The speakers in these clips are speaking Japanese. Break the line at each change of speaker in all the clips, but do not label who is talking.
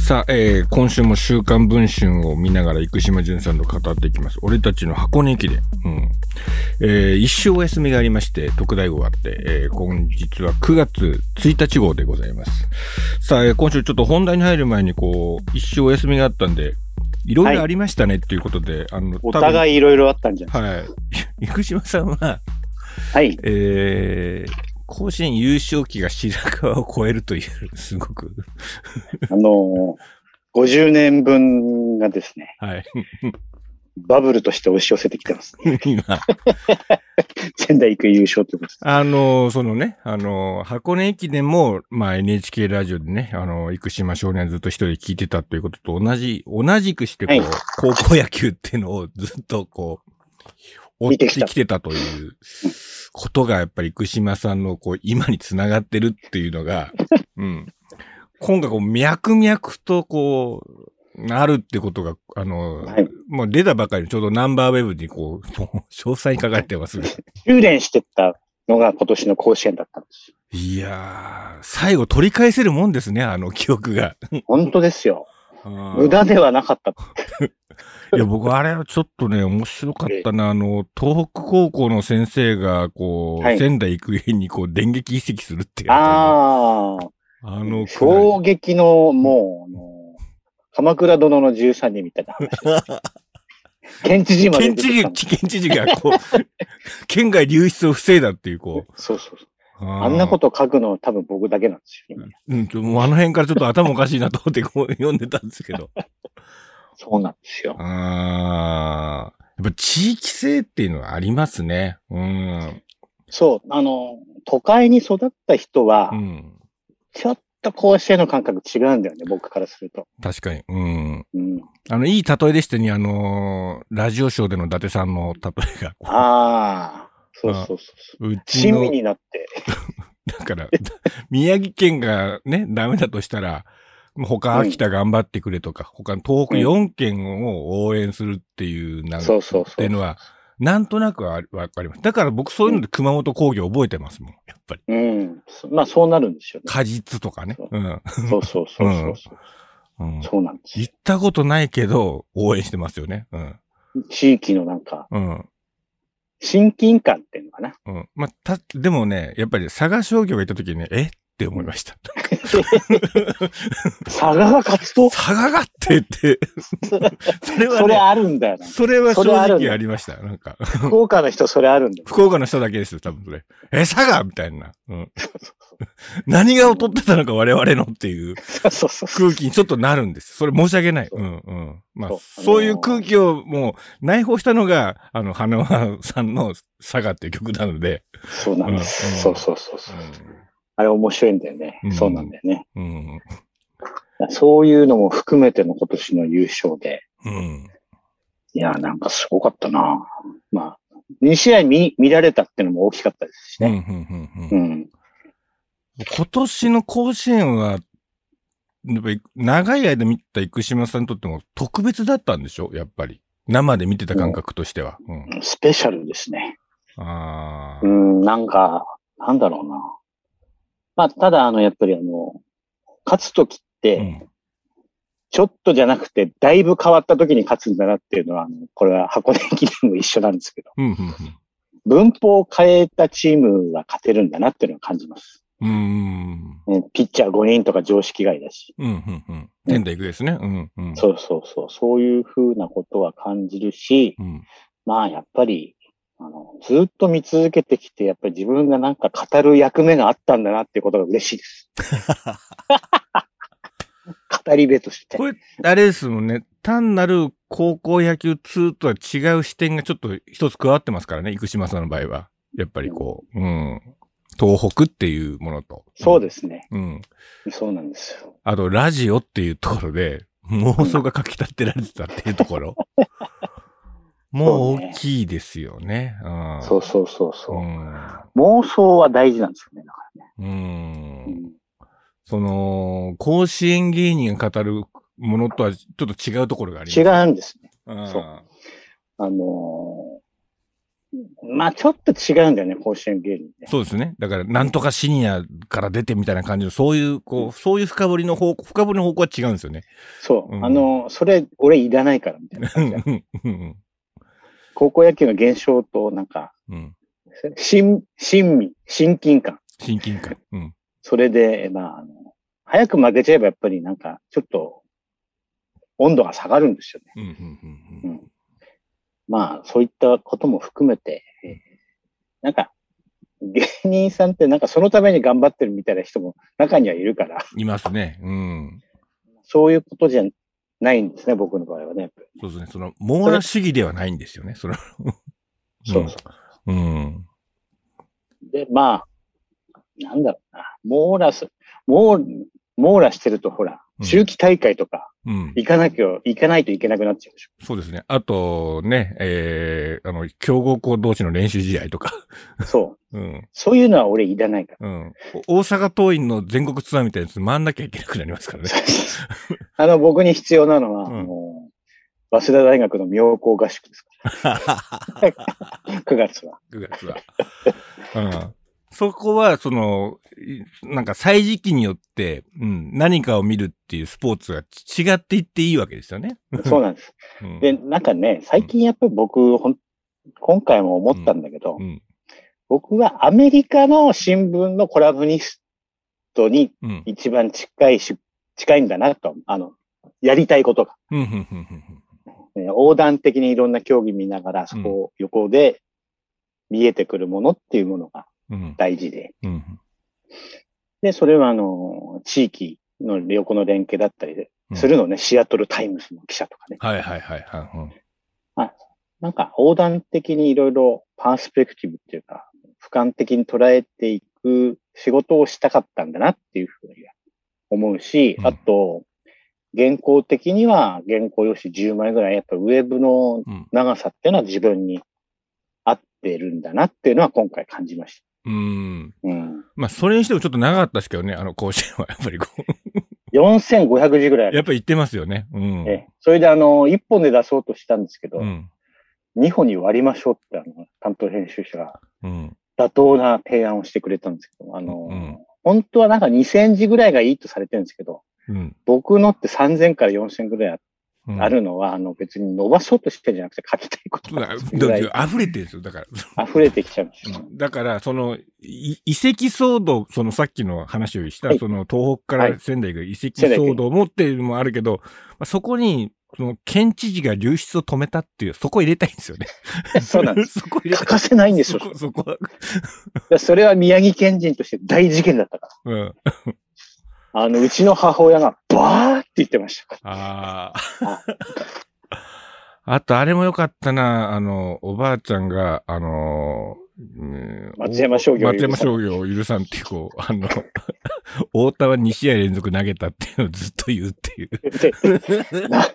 さあ、えー、今週も週刊文春を見ながら生島淳さんと語っていきます。俺たちの箱根駅伝。うん。えー、一週お休みがありまして、特大号があって、えー、今日は9月1日号でございます。さあ、えー、今週ちょっと本題に入る前に、こう、一週お休みがあったんで、いろいろありましたねっていうことで、あの、
お
い。
互いいろいろあったんじゃない
はい。 生島さんは、
はい。
えー、甲子園優勝旗が白川を超えるという、すごく、
あのー、50年分がですね、
はい。
バブルとして押し寄せてきてます。
今、
仙台育英優勝ってことです。
あの、そのね、あの、箱根駅伝も、まあ、NHK ラジオでね、あの、生島少年ずっと一人で聞いてたということと同じ、同じくして、こう、
はい
高校野球っていうのをずっとこう、追ってきてたということが、やっぱり生島さんの、こう、今につながってるっていうの が、うん。今回、こう、脈々と、こう、なるってことが、あの、
はい
もう出たばかりのちょうどナンバーウェブに、こう、 もう詳細に書かれてますが
修練してったのが今年の甲子園だったんです。
いやー、最後取り返せるもんですね、あの記憶が。
本当ですよ。無駄ではなかった。
いや、僕、あれはちょっとね、面白かったな。あの、東北高校の先生が、こう、
はい
仙台育英に、こう、電撃移籍するっていう。あ
あ
の
あ、
くらい
衝撃の、もうあのー、鎌倉殿の13人みたいな話。 県知事まで
県
出て
知
き
事県
た、んだ。
知事が、こ う、県外流出を防いだっていう、こう。
そうそうそう。
あ。
あんなことと書くの多分僕だけなんですよ。今
うん、ちょもうあの辺からちょっと頭おかしいなと思って、こう、読んでたんですけど。
そうなんですよ。
あー。やっぱ地域性っていうのはありますね。うん。
そう、あの、都会に育った人は、
うん。
ちょっと甲子園の感覚違うんだよね、僕からすると。
確かに。うん。
うん、
あの、いい例えでしたね。あのーラジオショーでの伊達さんの例えが。
ああ、そうそうそうそう。
うち
親
の
身、になって、
だから、 宮城県がね、ダメだとしたら、もう他
うん
秋田頑張ってくれとか、他東北
うん
4県を応援するっていう、なん
そうそう
っ
そ
ていうう。のは、なんとなくはわかります。だから僕そういうので熊本工業覚えてますもん、やっぱり。
うん。そまあ、そうなるんですよね。
果実とかね。うん。
そうそうそうそうそ
う
う。
ん、
そうなんですよ
行ったことないけど、応援してますよね。うん。
地域のなんか、
うん。
親近感っていうのかな。
うん。まあ、た、でもね、やっぱり佐賀商業が行った時にね、えって思いました。
佐賀が勝つと、
佐賀がって言 って、それは
それ
ね、
あるんだよな。
それは正
それある
直
ね
ありました。なんか、
福岡の人、それあるんだよ。
福岡の人だけですよ、多分それ。え、佐賀みたいな。 うん。何が劣ってたのか我々のっていう
そうそうそうそう。
空気にちょっとなるんです。それ申し訳ない。
そううん
うん。まあ
そう、
そういう空気をもう内包したのが、あの、花輪さんの佐賀っていう曲なので。
そうな
う
んで
んうん
す。そうそうそうそう。あれ面白いんだよね
うん。
そうなんだよね。
うん。
そういうのも含めての今年の優勝で、
うん。
いや、なんかすごかったなまあ、2試合見見られたってのも大きかったですし
うん。うん。う
ね。
ん。うん
うん。
今年の甲子園は、やっぱり長い間見た生島さんにとっても特別だったんでしょやっぱり。生で見てた感覚としては。うん。
スペシャルですね。
ああ
う。ん、なんか、なんだろうなまあ、ただ、あの、やっぱりあの、勝つときっ
う
て、
ん。
ちょっとじゃなくて、だいぶ変わったときに勝つんだなっていうのは、あのこれは箱根駅伝も一緒なんですけど、
うん。うん
文法を変えたチームが勝てるんだなっていうのを感じます。
うん。うん。
ねピッチャー5人とか常識外だし。
うん。うん。うん。仙台行くですね。うん。うん。
そうそうそう、そういうふうなことは感じるし、
うん。
まあやっぱり、あのずっと見続けてきて、やっぱり自分がなんか語る役目があったんだなっていうことが嬉しい です。語り部として
こ。れ、あれですもんね。単なる高校野球2とは違う視点がちょっと一つ加わってますからね。生島さんの場合は。やっぱりこう。うん。東北っていうものと。
そうですね。
す。うん。
そうなんですよ。
あと、ラジオっていうところで、妄想がかき立てられてたっていうとこ ろ。もう大きいですよね。うん。
そうそうそうそう。
うん
妄想は大事なんですよね、だからね。
う。
うんん
その、甲子園芸人が語るものとはちょっと違うところがあります。
違うんですね。
うん。
そあのーまあちょっと違うんだよね、甲子園芸人って。
そうですね。だから、なんとかシニアから出てみたいな感じの、そういう、こう、そういう深掘りの方向、深掘りの方向は違うんですよね。
そう。
うん
あの、それ、俺いらないから、みたい な感じだ。
うん
高校野球の現象と、なんか、
うん。
親、親身、親近感。
親近感。うん。
それで、まあ、あの、早く負けちゃえばやっぱりなんか、ちょっと、温度が下がるんですよね。
うんうんうん
うんまあ、そういったことも含めて、えーなんか、芸人さんってなんかそのために頑張ってるみたいな人も中にはいるから、
うんいますね。うん。
そういうことじゃないんですね、僕の場合はね。
そうですね。その、網羅主義ではないんですよね。それは。。
そうそう
うん。
で、まあ、なんだろうな、網羅す、網網羅してるとほら、
うん
中期大会とか
うん。
行かなきゃ、行かないといけなくなっちゃうでしょ。
そうですね。あと、ね、えー、あの、強豪校同士の練習試合とか。
そう。
うん。
そういうのは俺い らないから。
うん。お大阪桐蔭の全国ツアーみたいなやつ回んなきゃいけなくなります からね。
あの、僕に必要なのは、
うん
あの早稲田大学の妙高合宿ですか ら、9月は。
9月は。うん。そこは、その、いなんか歳時期によって、うん、何かを見るっていうスポーツがち違っていっていいわけですよね。
そうなんです。
うん、
で、なんかね、最近やっぱり僕、ほん今回も思ったんだけど、
うん。
僕はアメリカの新聞のコラムニストに
うん。
一番近いし、近いんだなと、あの、やりたいことが。
うん。うん。うんうん。
えー横断的にいろんな競技見ながら、そこを横で見えてくるものっていうものが
うん。
大事で。
うん。
で、それはあの、地域の横の連携だったりで
うん
するのね、シアトルタイムズの記者とかね。
はいはいはいはい。うん
なんか横断的にいろいろパースペクティブっていうか、俯瞰的に捉えていく仕事をしたかったんだなっていうふうに思うし、
うん
あと、原稿的には原稿用紙10枚ぐらい、やっぱウェブの
うん。
長さっていうのは自分に合ってるんだなっていうのは今回感じまし
うん。
た。うん。
まあ、それにしてもちょっと長かったですけどね、あの甲子園は。 やっぱりこ、
4500字ぐらい
や
うあ
っ
る。
ぱり行ってますよね。うん。
ええそれであの、1本で出そうとしたんですけど、
うん。
2本に割りましょうってあの、担当編集者が
うん。
妥当な提案をしてくれたんですけど、あの、
うん
本当はなんか2000字ぐらいがいいとされてるんですけど、
うん。
僕のって3000から4000ぐらい
うん
あ。るのは、あの別に伸ばそうとしてんじゃなくて書きたいこと
そうだ
が
だ
それぐらい
溢れてるんですよ、だから。
溢れてきちゃうんですよ。
うんだから、その、い遺跡騒動、そのさっきの話をした、
はい
その東北か
は
ら
い
仙台行く遺跡騒動もっていうのもあるけど、まあそこに、その県知事が流出を止めたっていう、そこ入れたいんですよね。
そ うなんです。
そこ入れ
欠
たい。
かせないんですよ。
そこ、そこは。
だからそれは宮城県人として大事件だったから。
うん。
あの、うちの母親がバーって言ってました。
ああ。 あと、あれも良かったな。あの、おばあちゃんが、あのー、うん
松山商業を許
松
さん
山商業を許さんっていう、こう、あの、 太田は2試合連続投げたっていうのをずっと言うっていう。
でな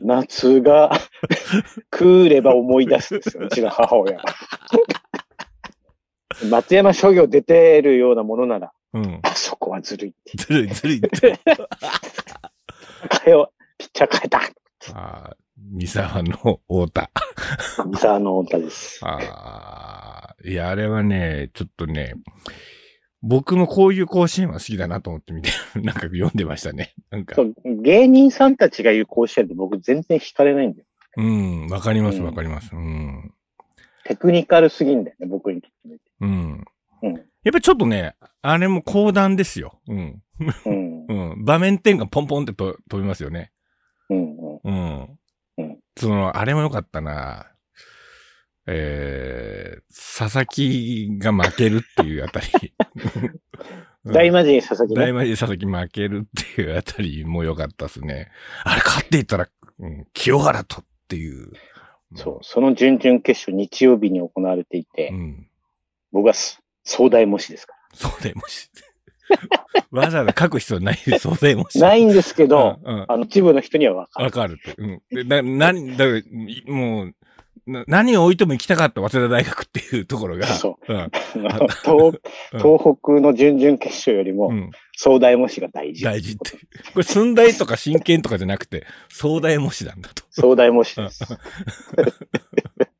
夏が食うれば思い出すんですよ、うちの母親は。 松山商業出てるようなものなら、
うん。
あそこはずるいって。
ずるい、ずるいって。
変えようピッチャー変えた。
ああ、三沢の太田。
三沢の太田です。
ああ、いや、あれはね、ちょっとね、僕もこういう甲子園は好きだなと思って見て、なんか読んでましたね。なんか
そ、う芸人さんたちが言う甲子園って僕全然惹かれないんだよ。
うん、わかります、
うん
わかります。うん。
テクニカルすぎんだよね、僕にとってみて。
うん。
うん
やっぱりちょっとね、あれも講談ですよ。うん。
うん。
うん。場面転換ポンポンってと飛びますよね。
うん。うん。
うん。
うん
その、あれも良かったな。えー、佐々木が負けるっていうあたり。 うん
大魔神佐々木
大
ね。
魔神佐々木負けるっていうあたりも良かったですね。あれ勝っていたら、うん、清原とっていう。
そう。その準々決勝日曜日に行われていて、
うん。
僕はす壮大模試ですから。
そうだよ、もし。 わざわざ書く必要ないです。そうだよ、もし。
ないんですけど、
うんうん
あの、一部の人には分か
わ
る。
かるって。うん。で、な、何、だから、もう、な何を置いても行きたかった早稲田大学っていうところが、。
そう
ん。
あの東
うん
東北の準々決勝より
う
も、
ん、
壮大模試が大事。
大事っていう。これ、寸大とか真剣とかじゃなくて、壮大模試なんだと
壮大模試です。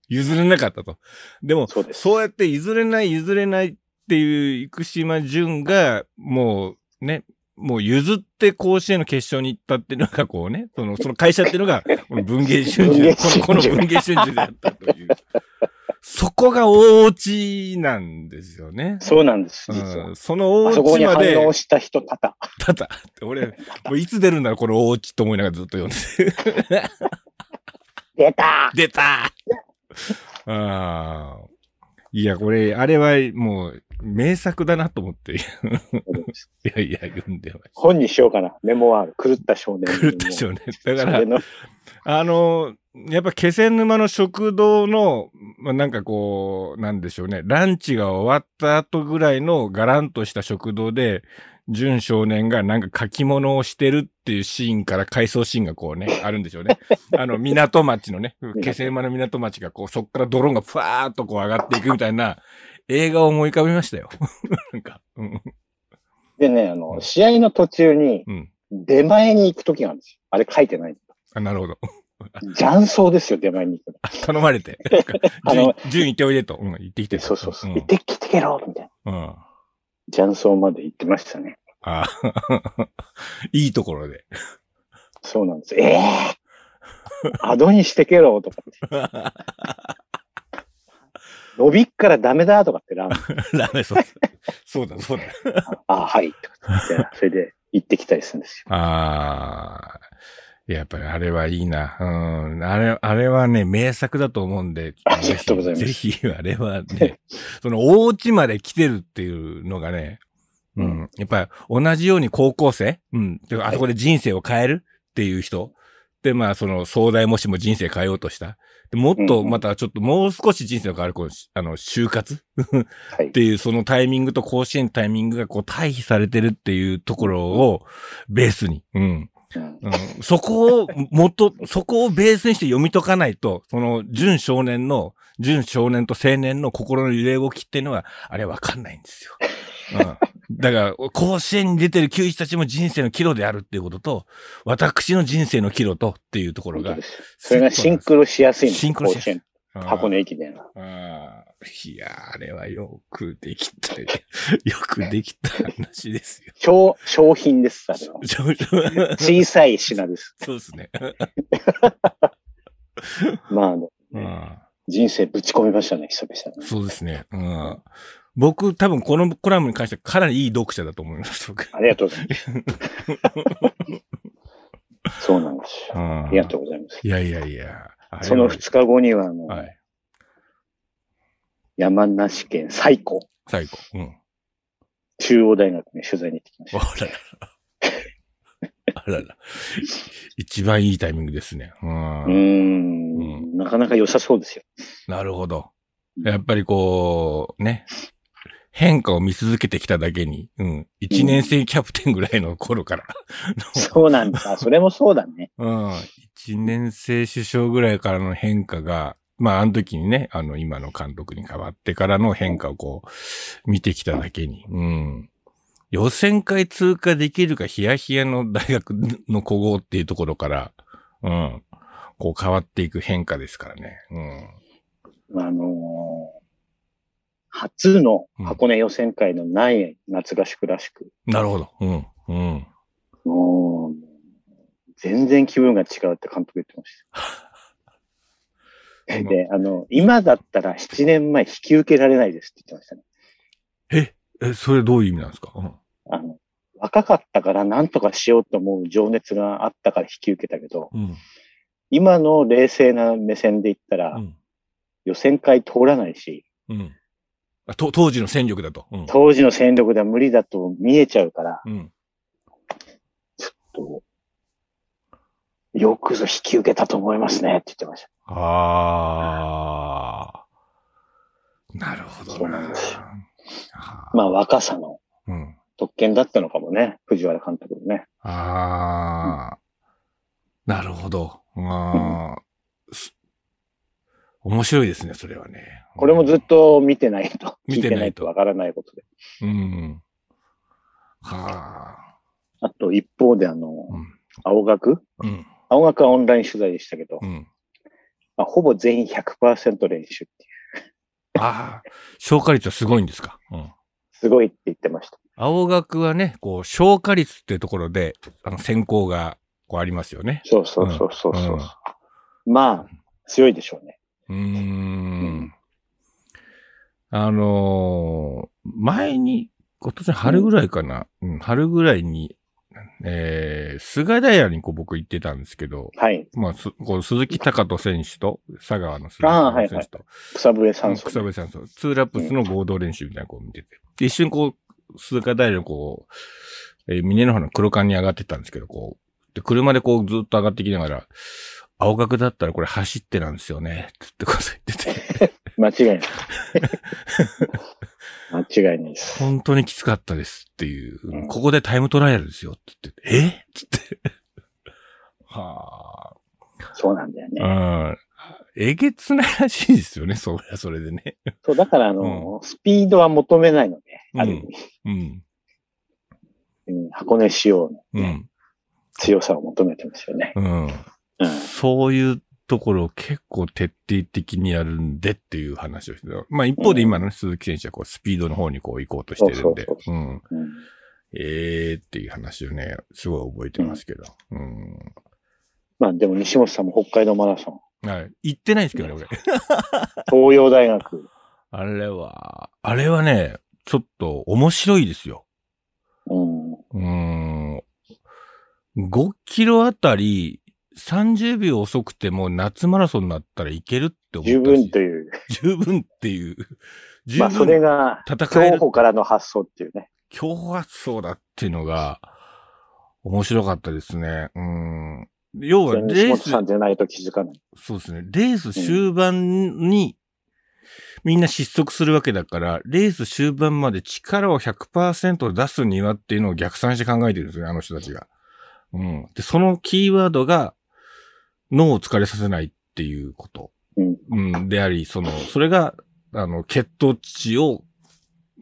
譲れなかったと。でも、
そうです
そうやって譲れない譲れないっていう生島淳が、もうね、もう譲って甲子園の決勝に行ったっていうのがこうね、その、その会社っていうのが、この文芸春
文藝
秋、
春秋
この、この文芸春秋だったという。そこが大落ちなんですよね。
そうなんです、
う
実は。
ん、その
あ
大
そこ
落
に
ちま
反
で、
応した人多々。
ただ、俺、もういつ出るんだろう、この大落ちと思いながらずっと読んでて。
出た
出たーあーいや、これ、あれはもう名作だなと思って、いやいや、読んでまし
本にしようかな。メモワール。狂った少年。
た。狂った少年。だか
それ
ら、
の
あの、やっぱ気仙沼の食堂の、まあ、なんかこう、なんでしょうね、ランチが終わった後ぐらいのガランとした食堂で、純少年がなんか書き物をしてるっていうシーンから回想シーンがこうね、あるんでしょうね。あの、港町の ね、気仙沼の港町がこう、そっからドローンがふわーっとこう上がっていくみたいな映画を思い浮かべましたよ。 なんか、うん、
でね、あの、試合の途中に
うん。
出前に行くときがあるんですよ。あれ書いてない。
あなるほど。
雀荘ですよ、出前に行くの。
頼まれ て。なんか
あ
順
の
順位行っておいでと。うん、行ってきて
で
と。
そうそうそう。
ん
行ってきてけろみたいな。
うん
雀荘まで行ってましたね。
ああ、 いいところで。
そうなんです。ええアドにしてけろとかって。 伸びっからダメだとかってラーメン。
ラーメンそうそうだ、そうだ。
ああ、はい。とかって言って、それで行ってきたりするんですよ。
ああ。いややっぱりあれはいいな。うん。あれ、あれはね、名作だと思うんで。
ありがとうございます
ぜひ、ぜひあれはね、 その、お家まで来てるっていうのがね、うん。やっぱ、同じように高校生うん。てかあそこで人生を変えるっていう人で、まあ、その、壮大もしも人生変えようとした。でもっ
う
と、
んうん
またちょっと、もう少し人生を変える、この、あの、就活
はい
っ。ていう、そのタイミングと甲子園タイミングがこう対比されてるっていうところをベースに。うん。
うん
うん、そこをもっと、そこをベースにして読み解かないと、その、純少年の、純少年と青年の心の揺れ動きっていうのは、あれわかんないんですよ。うん。だから、甲子園に出てる球児たちも人生の岐路であるっていうことと、私の人生の岐路とっていうところ
本当
が
で、すそれがシンクロしやすいんです
シンクロしやすい
甲子園箱根駅伝は。
ああ、いやー、あれはよくできた、よくできた話ですよ。
商、商品です、あ れは。
ちょち ょ
小さい品です。
そうですね。
まああの、
うん
人生ぶち込みましたね、久々に。
そうですね。うん僕、多分このコラムに関してはかなりいい読者だと思います、僕。
ありがとうござ います。そうなんですよ。
あ
ありがとうございます。
いやいやいや。あれは
その2日後には、あの、
はい。
山梨県最高
最後。うん。
中央大学に取材に行ってきまし
あ
た。
らら。あらら。一番いいタイミングですね。うん
うーん、なかなか良さそうですよ。
なるほど。
うん
やっぱりこう、ね。変化を見続けてきただけに、うん。一年生キャプテンぐらいの頃から。
そうなんだ。それもそうだね。
うん。一年生首相ぐらいからの変化が、まあ、あの時にね、あの、今の監督に変わってからの変化をこう、見てきただけに、うん。予選会通過できるかヒヤヒヤの大学の古豪っていうところから、うん。こう変わっていく変化ですからね。うん。
あのー初の箱根予選会のない夏合宿らしく、
なるほど。うん。うん。
もう、全然気分が違うって監督言ってまし
う
た。
ん
で、あの、今だったら7年前引き受けられないですって言ってましたね。
え、え、それどういう意味なんですかうん。
あの、若かったから何とかしようと思う情熱があったから引き受けたけど、
うん。
今の冷静な目線で言ったら、
うん。
予選会通らないし、
うん。あと当時の戦力だと。うん。
当時の戦力では無理だと見えちゃうから、
うん。
とよくぞ引き受けたと思いますねって言ってました。
ああ。なるほど
そう
な
なんですよ。
あー
まあ若さの
うん。
特権だったのかもね、藤原監督のね。
ああ。なるほど。あーす面白いですね、それはね。
これもずっと見てないと、
見
聞い
て
て
な
ないい
と
とわからないことで。
うん。はあ。
あと一方であの、
うん。
青学
うん。
青学はオンライン取材でしたけど、
うん。
まあ、ほぼ全員100%練習っていう。
ああ、消化率はすごいんですか。うん。
すごいって言ってました。
青学はね、こう、消化率っていうところで、あの、選考が、こうありますよね。
そうそうそうそうそう、まあ、強いでしょうね。
うーん。あのー前に、今年の春ぐらいかな。うん、春ぐらいに、えー、菅平にこう僕行ってたんですけど、
はい。
まあ、すこう鈴木隆人選手と、佐川の鈴木
あー
隆人選手と、
草笛さん、
草部さんと、ツーラップスの合同練習みたいなのこう見てて、で一瞬こう、鈴鹿大のこう、えー、峰の花の黒缶に上がってったんですけど、こう、で、車でこうずっと上がってきながら、青学だったらこれ走ってなんですよね、つってこと言って て、
間違いない。間違いないです。
本当にきつかったですっていう、
うん
ここでタイムトライアルですよ、つってて、えっつって。は
そうなんだよね。
あ、うん。えげつないらしいですよね、そりゃそれでね。
そう、だから、あの、スピードは求めないので、ある意味、
うん。
うん箱根仕様
う
の
ん。
強さを求めてますよね。
うん。
うん。
そういうところを結構徹底的にやるんでっていう話をしてた。まあ一方で今のね、鈴木選手はこうスピードの方にこう行こうとしてるんで
そうそう、
う
そ
ん。
うん
ええー、っていう話をね、すごい覚えてますけど。うん。
まあ、でも西本さんも北海道マラソン、
はい。行ってないんですけどね、俺。
東洋大学、
あれは、あれはね、ちょっと面白いですよ。
う ん、
うーん。5キロあたり30秒遅くても夏マラソンになったらいけるって思ったし
十分という、
十分っていう。十
まあ、
分
それが、
戦え
競
る
歩からの発想っていうね。
強発想だっていうのが、面白かったですね。うん。要は、
西
レー
本
ス、
さんじゃないと気づかない。
そうですね。レース終盤に、みんな失速するわけだから、レース終盤まで力を100%出すにはっていうのを逆算して考えてるんですよね、あの人たちが。うん。で、そのキーワードが、脳を疲れさせないっていうこと。
うん。
うん。であり、その、それが、あの、血糖値を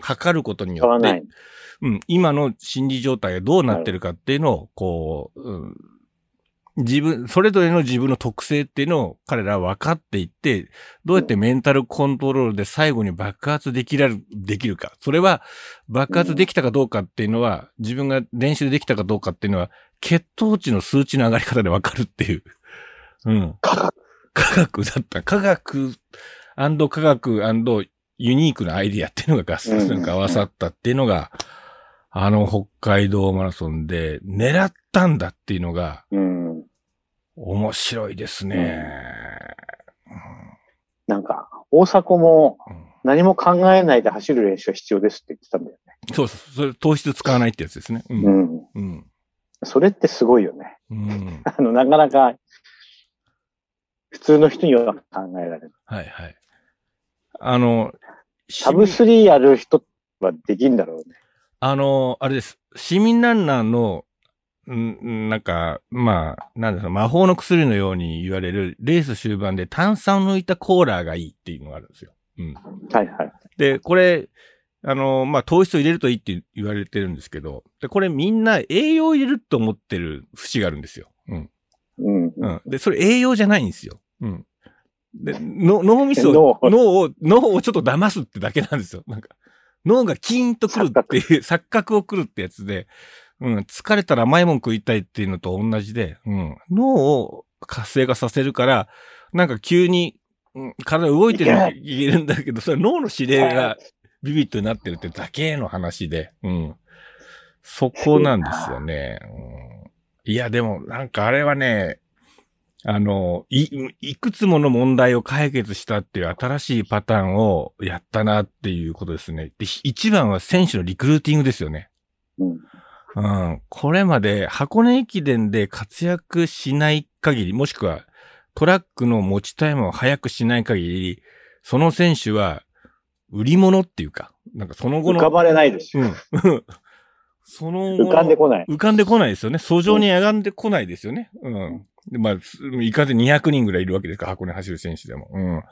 測ることに
使
よ
わ
って
な、い。
うん、今の心理状態がどうなってるかっていうのを、こう、うん、自分、それぞれの自分の特性っていうのを彼らは分かっていって、どうやってメンタルコントロールで最後に爆発できらる、できるか。それは、爆発できたかどうかっていうのは、自分が練習できたかどうかっていうのは、血糖値の数値の上がり方で分かるっていう。うん。
科学。
科学だった。科学科学ユニークなアイディアっていうのが合
うん
算なんか合わさったっていうのが、あの北海道マラソンで狙ったんだっていうのが
うん。
面白いですね。
なんか、大迫も
うん
何も考えないで走る練習は必要ですって言ってたんだよね。
そうそう。それ糖質使わないってやつですね。うん。
うん。
うん。
それってすごいよね。
うん。
あの、なかなか、普通の人には考えられない。
はいはい。あの、
サブスリーやる人はできんだろうね。
あの、あれです。市民ランナーの、んんなんか、まあ、なんですか、魔法の薬のように言われる、レース終盤で炭酸を抜いたコーラがいいっていうのがあるんですよ。うん。
はいはい。
で、これ、あの、まあ、糖質を入れるといいって言われてるんですけど、で、これみんな栄養を入れると思ってる節があるんですよ。うん。
うん。
うん。で、それ栄養じゃないんですよ。うん。で、の脳みそを、
脳
脳を、脳をちょっと騙すってだけなんですよ。なんか、脳がキーンとくるっていう、錯覚をくるってやつで、うん、疲れたら甘いもん食いたいっていうのと同じで、うん、脳を活性化させるから、なんか急に、うん、体動いてるのに言えるんだけど、それは脳の指令がビビッとになってるってだけの話で、うん。そこなんですよ ね。うん、いや、でも、なんかあれはね、あの、い、いくつもの問題を解決したっていう新しいパターンをやったなっていうことですね。で、ひ一番は選手のリクルーティングですよね。
うん。
うん。これまで箱根駅伝で活躍しない限り、もしくはトラックの持ちタイムを早くしない限り、その選手は売り物っていうか、なんかその後
浮か
の、
ばれないです
う
よ。
ん。その後の
浮かんでこない。
浮かんでこないですよね。訴状に上がんでこないですよね。うん。でまあ、すいかず200人ぐらいいるわけですから、箱根走る選手でも。うん。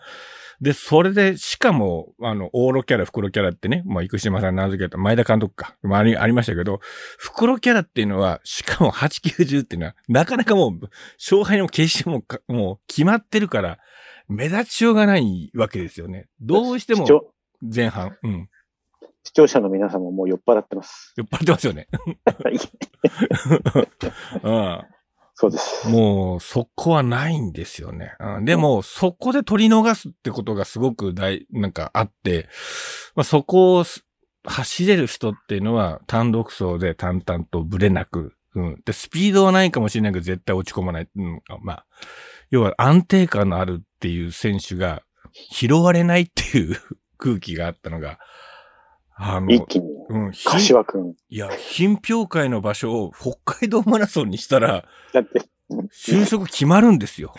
で、それで、しかも、あの、オーロキャラ、袋キャラってね、まあ、生島さん名付けた、前田監督か、まあ、ありありましたけど、袋キャラっていうのは、しかも8、90っていうのは、なかなかもう、勝敗の決勝もか、もう決まってるから、目立ちようがないわけですよね。どうしても
視聴
前半、うん。
視聴者の皆さんももう酔っ払ってます。
酔っ払ってますよ ね。
はい
うん。
そうです。
もう、そこはないんですよね。うん、でも、そこで取り逃すってことがすごく大、なんかあって、まあ、そこをす走れる人っていうのは単独走で淡々とブレなく、うん。で、スピードはないかもしれないけど、絶対落ち込まない。うん、まあ、要は安定感のあるっていう選手が拾われないっていう 空気があったのが、あ
一
の、
気に。
うん、ひ
柏くん。
いや、品評会の場所を北海道マラソンにしたら、
だって、
就職決まるんですよ。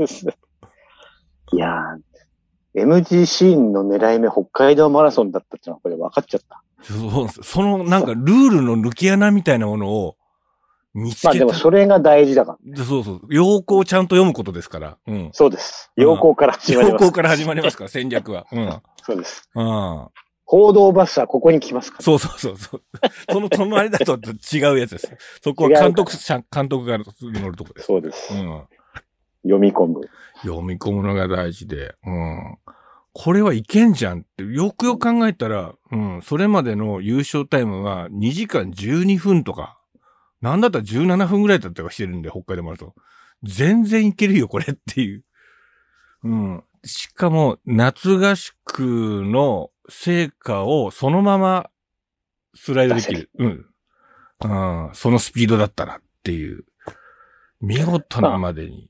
いやー、MGC の狙い目北海道マラソンだったってのはこれ分かっちゃった。
そうなんですよそのなんかルールの抜き穴みたいなものを見つ
まあ
けた。
でもそれが大事だから。
でそうそう。要項をちゃんと読むことですから。うん。
そうです。要項から始まり
要
ます。
項から始まりますから、戦略は。うん。
そうです。
うん。
報道バスはここに来ますから。
そうそうそうそう。その隣だと違うやつです。そこは監督者、監督が乗るとこです。
そうです
う。ん。
読み込む。
読み込むのが大事で、うん。これはいけんじゃんって、よくよく考えたら、うん、それまでの優勝タイムは2時間12分とか、なんだったら17分ぐらいだったりとかしてるんで、北海道マラソン。全然いけるよ、これっていう。うん。しかも、夏合宿の成果をそのままスライドできる。うん。うん。そのスピードだったらっていう。見事なまでに。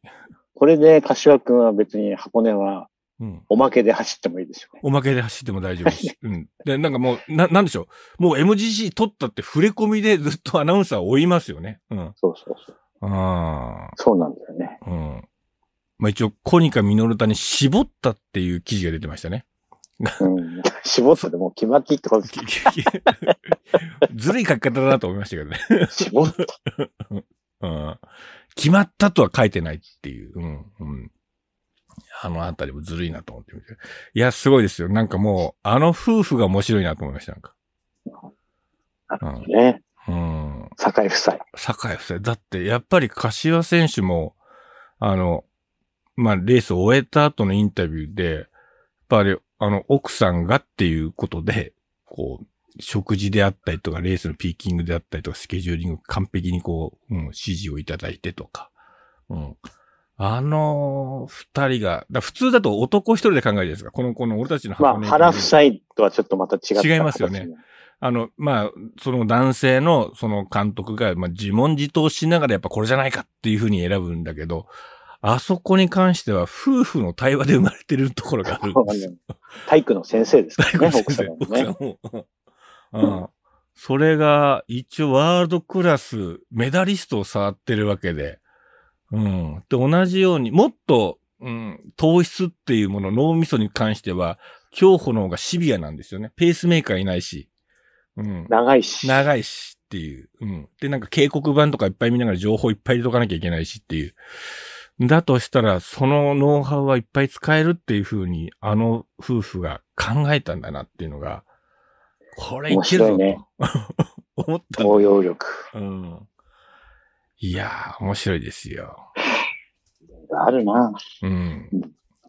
これで柏くんは別に箱根は
うん。
おまけで走ってもいいですよね。
おまけで走っても大丈夫ですし。うん。で、なんかもう、な、なんでしょう。もう MGC 取ったって触れ込みでずっとアナウンサーを追いますよね。うん。
そうそうそう。
ああ。
そうなんだよね。
うん。まあ一応、コニカミノルタに絞ったっていう記事が出てましたね。
うん。絞ったでもう決まっていいってことです
きき きずるい書き方だなと思いましたけどね。
絞った。
うん。決まったとは書いてないっていう。うん。うん。あのあたりもずるいなと思ってみて。いや、すごいですよ。なんかもう、あの夫婦が面白いなと思いました。なんか。うん
ね。
うん。
坂井夫妻。
坂井夫妻。だって、やっぱり柏選手も、あの、まあ、レースを終えた後のインタビューで、やっぱり、あの、奥さんがっていうことで、こう、食事であったりとか、レースのピーキングであったりとか、スケジューリング完璧にこう、うん、指示をいただいてとか、うん。あの二人が、だ普通だと男一人で考えるじゃないですか。この、この俺たちの
ま
箱
あ、
根
原夫妻とはちょっとまた違った形に
違いますよね。あの、まあ、その男性の、その監督が、まあ、自問自答しながらやっぱこれじゃないかっていうふうに選ぶんだけど、あそこに関しては夫婦の対話で生まれてるところがあるんです よ。
体育の先生ですからね、奥
先生
様も
奥
ね。
さんも。 うん。それが、一応ワールドクラス、メダリストを触ってるわけで、うん。で、同じように、もっと、うん、糖質っていうもの、脳みそに関しては、競歩の方がシビアなんですよね。ペースメーカーいないし。うん。
長いし。
長いしっていう。うん。で、なんか警告板とかいっぱい見ながら情報いっぱい入れとかなきゃいけないしっていう。だとしたら、そのノウハウはいっぱい使えるっていう風に、あの夫婦が考えたんだなっていうのが、これいけるぞと、
面白いね
思ったんだ
応用力。
うん。いやー、面白いですよ。
あるな。
うん。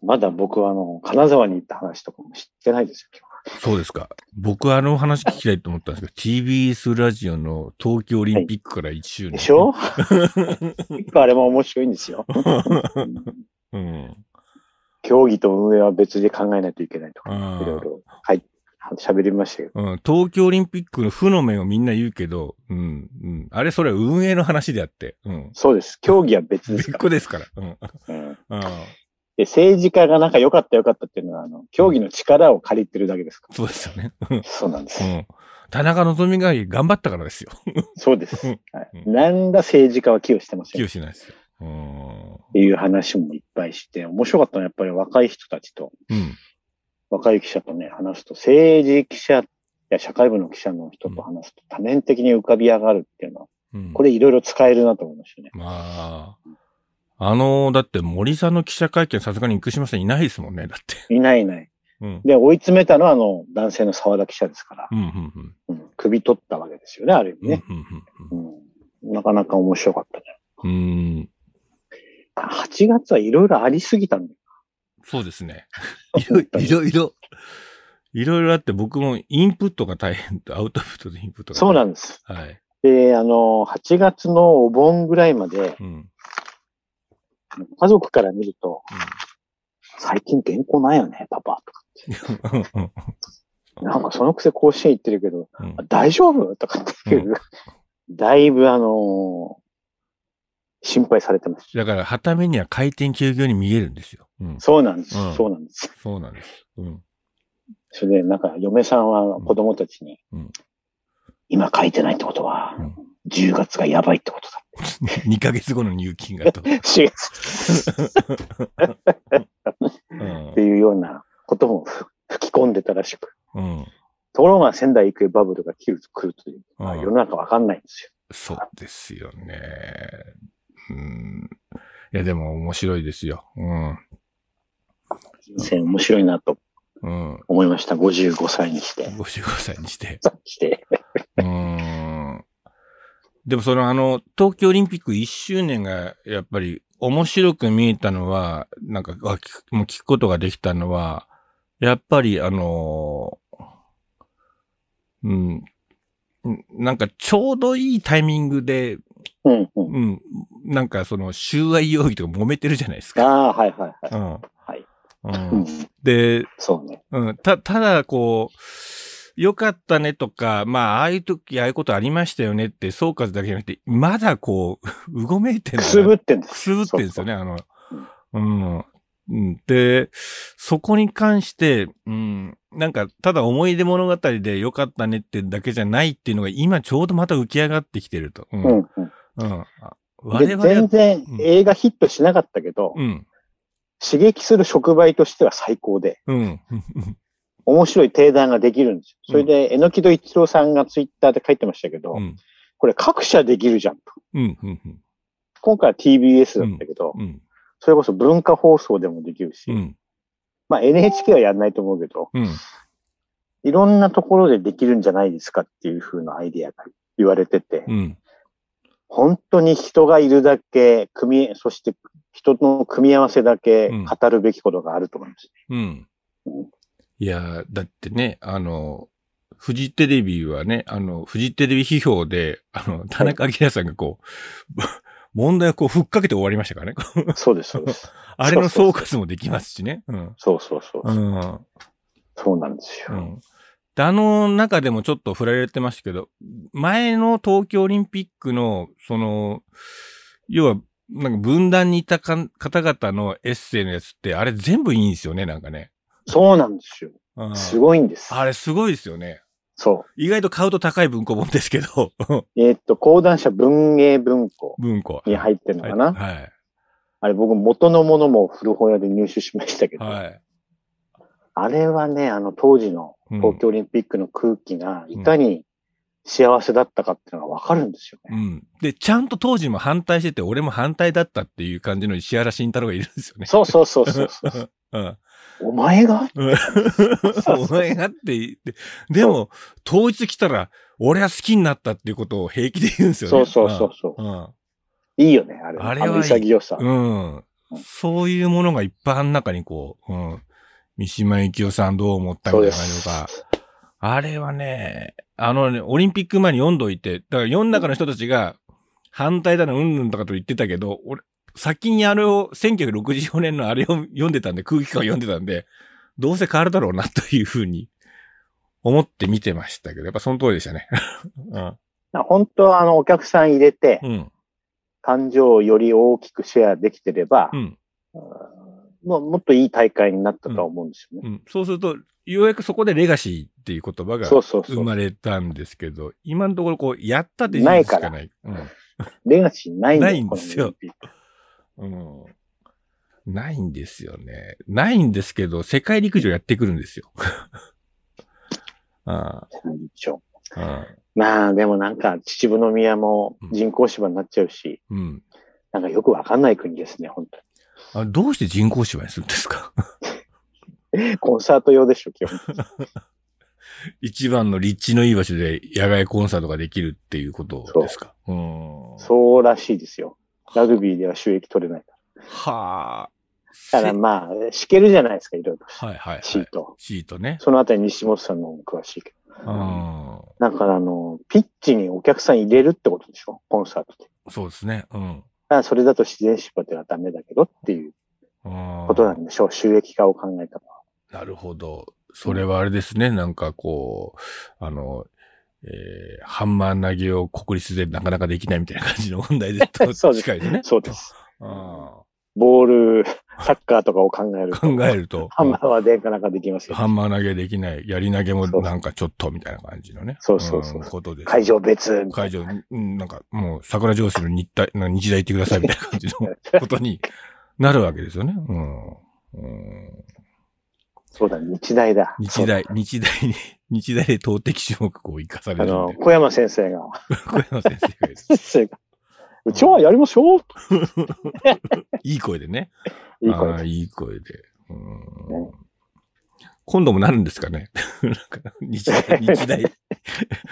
まだ僕はあの、金沢に行った話とかも知ってないですよ。
そうですか。僕はあの話聞きたいと思ったんですけど、TBS ラジオの東京オリンピックから1周年。
でしょ 結構あれも面白いんで すよ。うん
うん。
競技と運営は別で考えないといけないとか、
あー
いろいろ、はい、喋りましたけど。
うん、東京オリンピックの負の面をみんな言うけど、うん、うん。あれ、それは運営の話であって、うん。
そうです。競技は別です
別
か
個ですから、うん。
ら。うん
うん、
で政治家がなんか良かった良かったっていうのは、あの、競技の力を借りてるだけですか
そうですよね。
ら。そうなんです
う。ん。田中希実が頑張ったからですよ。
そうです。
う
は
ん
い、なんだ政治家は寄与してません
気を
っ
しないですよ。うん。
ていう話もいっぱいして、面白かったのはやっぱり若い人たちと、
うん。
若い記者とね、話すと、政治記者や社会部の記者の人と話すと、多面的に浮かび上がるっていうのは、
うん、
これいろいろ使えるなと思いましたね。
まあ、あの、だって森さんの記者会見さすがに生島さんいないですもんね、だって。
いないいない。
うん。
で、追い詰めたのはあの、男性の沢田記者ですから、
うん、うん、うん。
うん、首取ったわけですよね、ある意味ね。
うん、う
うんんなかなか面白かったね。
うん、うん。
8月はいろいろありすぎたんだよ。
そうです ね。
いろいろ
いろいろ。
いろいろあって僕もインプットが大変と、アウトプットとインプットが。
そうなんんです。
はい。
で、あの、8月のお盆ぐらいまで、
うん。
家族から見ると、最近原稿ないよね、パパ。とか
うん。
なんかそのくせ甲子園行ってるけど、
うん
あ大丈夫とかっていう、だいぶあのー心配されてます。
だから、はためには回転休業に見えるんですよ。うん。
そうなんです。
うん
そうなんです。
そうなんです。うん。
それで、なんか、嫁さんは子供たちに、
うん
今書いてないってことは、
うん
10月がやばいってことだ。
2ヶ月後の入金が と。
4月
うん
っていうようなこともふ吹き込んでたらしく。
うん。
ところが仙台育英バブルが来ると来るという、
う
まあ
ん
世の中わかんないんですよ。
そうですよね。うん。いや、でも面白いですよ。
人生面白いなと
うん。うん。
思いました。55歳にして。
55歳にして。
して。
うーんでもそのあの、東京オリンピック1周年がやっぱり面白く見えたのは、なんか、わ聞くもう聞くことができたのは、やっぱりあのーうん、んなんかちょうどいいタイミングで、
うんうん。
うん、なんかその収賄容疑とか揉めてるじゃないです
あ
か。
あ、はいはいはい。
うん。
はい。
う
うんん、、
で、
そうね。
うん、た、ただ、こう、良かったねとか、まあ、ああいう時、ああいうことありましたよねって、総括だけじゃなくて、まだこう、 うごめいてる
くすぶってんです。
くすぶってるんですよね、あの
うん。
うんうん。で、そこに関して、うん、なんか、ただ思い出物語で良かったねってだけじゃないっていうのが、今ちょうどまた浮き上がってきてると。う
そうそ
ん。う
う。
ん。あ
うんうん。
我
で、
々は
全、然
うん
映画ヒットしなかったけど、
うん。
刺激する触媒としては最高で、
うん。
面白い提談ができるんですよ。それで、えのきど一郎さんがツイッターで書いてましたけど、
うん。
これ各社できるじゃんと。
うん。うん。
今回は TBS だったけど、
うん。
それこそ文化放送でもできるし、
うん。
まあ NHK はやんないと思うけど、
うん。
いろんなところでできるんじゃないですかっていう風なアイディアが言われてて、
うん。
本当に人がいるだけ、組み、そして人の組み合わせだけ
うん
語るべきことがあると思い ます。
うん
うん。
いやー、だってね、あの、フジテレビはね、あの、フジテレビ批評で、あの、田中明さんがこう、 問題をこう、ふっかけて終わりました からね。こう
そうです、そうです。
あれの
そ
総
うそ
括
う
もできますしね。うん。
そうそうそう。
うん。
そうなんです
う
よ。
ん。で、あの中でもちょっと振られてましたけど、前の東京オリンピックの、その、要は、なんか分断にいたかん方々のエッセイのやつって、あれ全部いいんですよね、なんかね。
そうなんですよ。
うん
すごいんです。
あれすごいですよね。
そ
意外と買うと高い文庫本ですけど、
う。えーっと、講談社文芸文庫
文庫。
に入ってるのかな、
はい。
あれ僕元のものも古本屋で入手しましたけど、
はい。
あれはね、あの当時の
うん
東京オリンピックの空気がいかに幸せだったかっていうのがわかるんですよ
う
ね。
ん。で、ちゃんと当時も反対してて、俺も反対だったっていう感じの石原慎太郎がいるんですよね。
そうそうそうそ うそう。
うん。
お前が
うんそうお前がって言って、でも、当日来たら、俺は好きになったっていうことを平気で言うんですよね。
そうそうそうそう
うん。うん
いいよね、あれ。
あ
あ
れはいい
の潔さ。
うん。そういうものがいっぱいあん中にこう、うん。三島由紀夫さんどう思ったみ
そう
たい
で
な感じ
す
とか。。あれはね、あのね、オリンピック前に読んどいて、だから世の中の人たちが反対だの、うんぬんとかと言ってたけど、俺、先にあれを、1964年のあれを読んでたんで、空気感を読んでたんで、どうせ変わるだろうなというふうに思って見てましたけど、やっぱその通りでしたね。
本当はあのお客さん入れて
う、ん。
感情をより大きくシェアできてれば
う、ん。
もうもっといい大会になったとは思うんですよね。
うん。そうすると、ようやくそこでレガシーっていう言葉が
そうそうそ
生
う。
まれたんですけど、今のところこう、やったって事実しかない。うん
レガシーないんだ
ないんですよ
このオリンピック
うん。ないんですよね。ないんですけど、世界陸上やってくるんですよ。 あ
最長
あああ
まあでもなんか秩父宮も人工芝になっちゃうし、
うん
なんかよくわかんない国ですね、本当
あ。どうして人工芝にするんですか
に。コンサート用でしょ、基本。
一番の立地のいい場所で野外コンサートができるっていうことですかうん。
そうらしいですよ。ラグビーでは収益取れないか
はあ。
ただまあ、敷けるじゃないですか、いろいろ。
はいはい、はい。
シート。
シートね。
そのあたり西本さんの方も詳しいけど。
うん。
だからあの、ピッチにお客さん入れるってことでしょコンサートって。
そうですね。うん。
だからそれだと自然芝ではダメだけどっていう
あ
ことなんでしょう。収益化を考えたのは。
なるほど。それはあれですね。なんかこう、あの、えー、ハンマー投げを国立でなかなかできないみたいな感じの問題 でと
そうです
近いですね。
そうです。
あ
ボール、サッカーとかを考える
ー
と。
考えると、
ハンマーはなかなかできますけど
ハ。ンマー投げできない、やり投げもなんかちょっとみたいな感じのね。
そうそうそうん
ことです。
会場別。
会場、うんなんかもう桜上水の日体、なんか日大行ってくださいみたいな感じ のことになるわけですよね。うん。うん、
そうだ、日大だ。
日大、日大に、日大で投擲種目こう生かさ
あ
れるん
の
で、、
小山先生が、
小山先生 が
先生が、うちはやりましょう
いい声でね。
いい
あ
声
ー
で。
いい声で。うん
ね
今度もなるんですかね なんか日大、日大。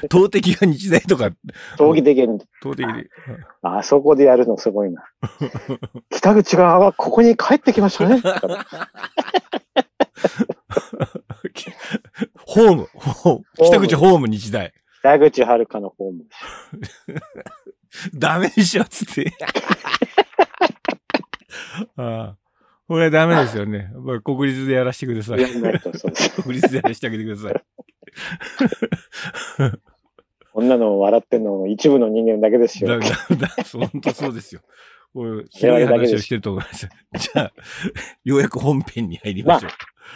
投擲が日大とか、
闘技的に、
投擲で。
あそこでやるのす ごいな。北口側はここに帰ってきまし たね。とか
ホーム、ホーム
ホーム
北口ホーム日大。
北口遥の方も。
ダメでしょ、つっ て。ああ。これはダメですよね。やっぱり国立でやらせてください
や。んないと、そ うです。
国立でやらせてあげてください。
こんなの笑ってんのも一部の人間だけです
だ、
よ。
だ、だ、本当そうですよ。こ ういう、ひど
我
い
々だけです
話をしてると思います。 じゃあ、ようやく本編に入りましょ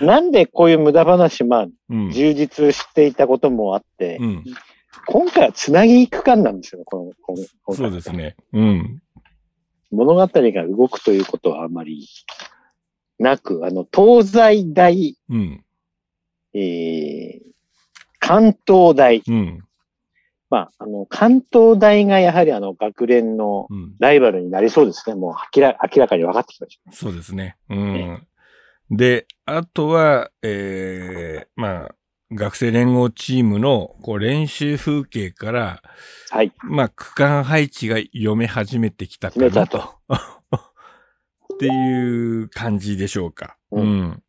う。
なんでこういう無駄話、まあ、
うん。
充実していたこともあって、
うん。
今回はつなぎ区間なんですよね、この、この今
そ
回
うですね。うん。
物語が動くということはあまりなく、あの、東西大、
うん。
えー、関東大。
うん。
まあ、あの、関東大がやはりあの、学連の
うん。
ライバルになりそうですね。もう明ら明らかに分かってきまし
そうですね。う
え
ん。で、あとは、ええまあ、学生連合チームのこう練習風景から、
た。はい。
まあ、区間配置が読め始めてきたかなと。 っていう感じでしょうか。
う
うん。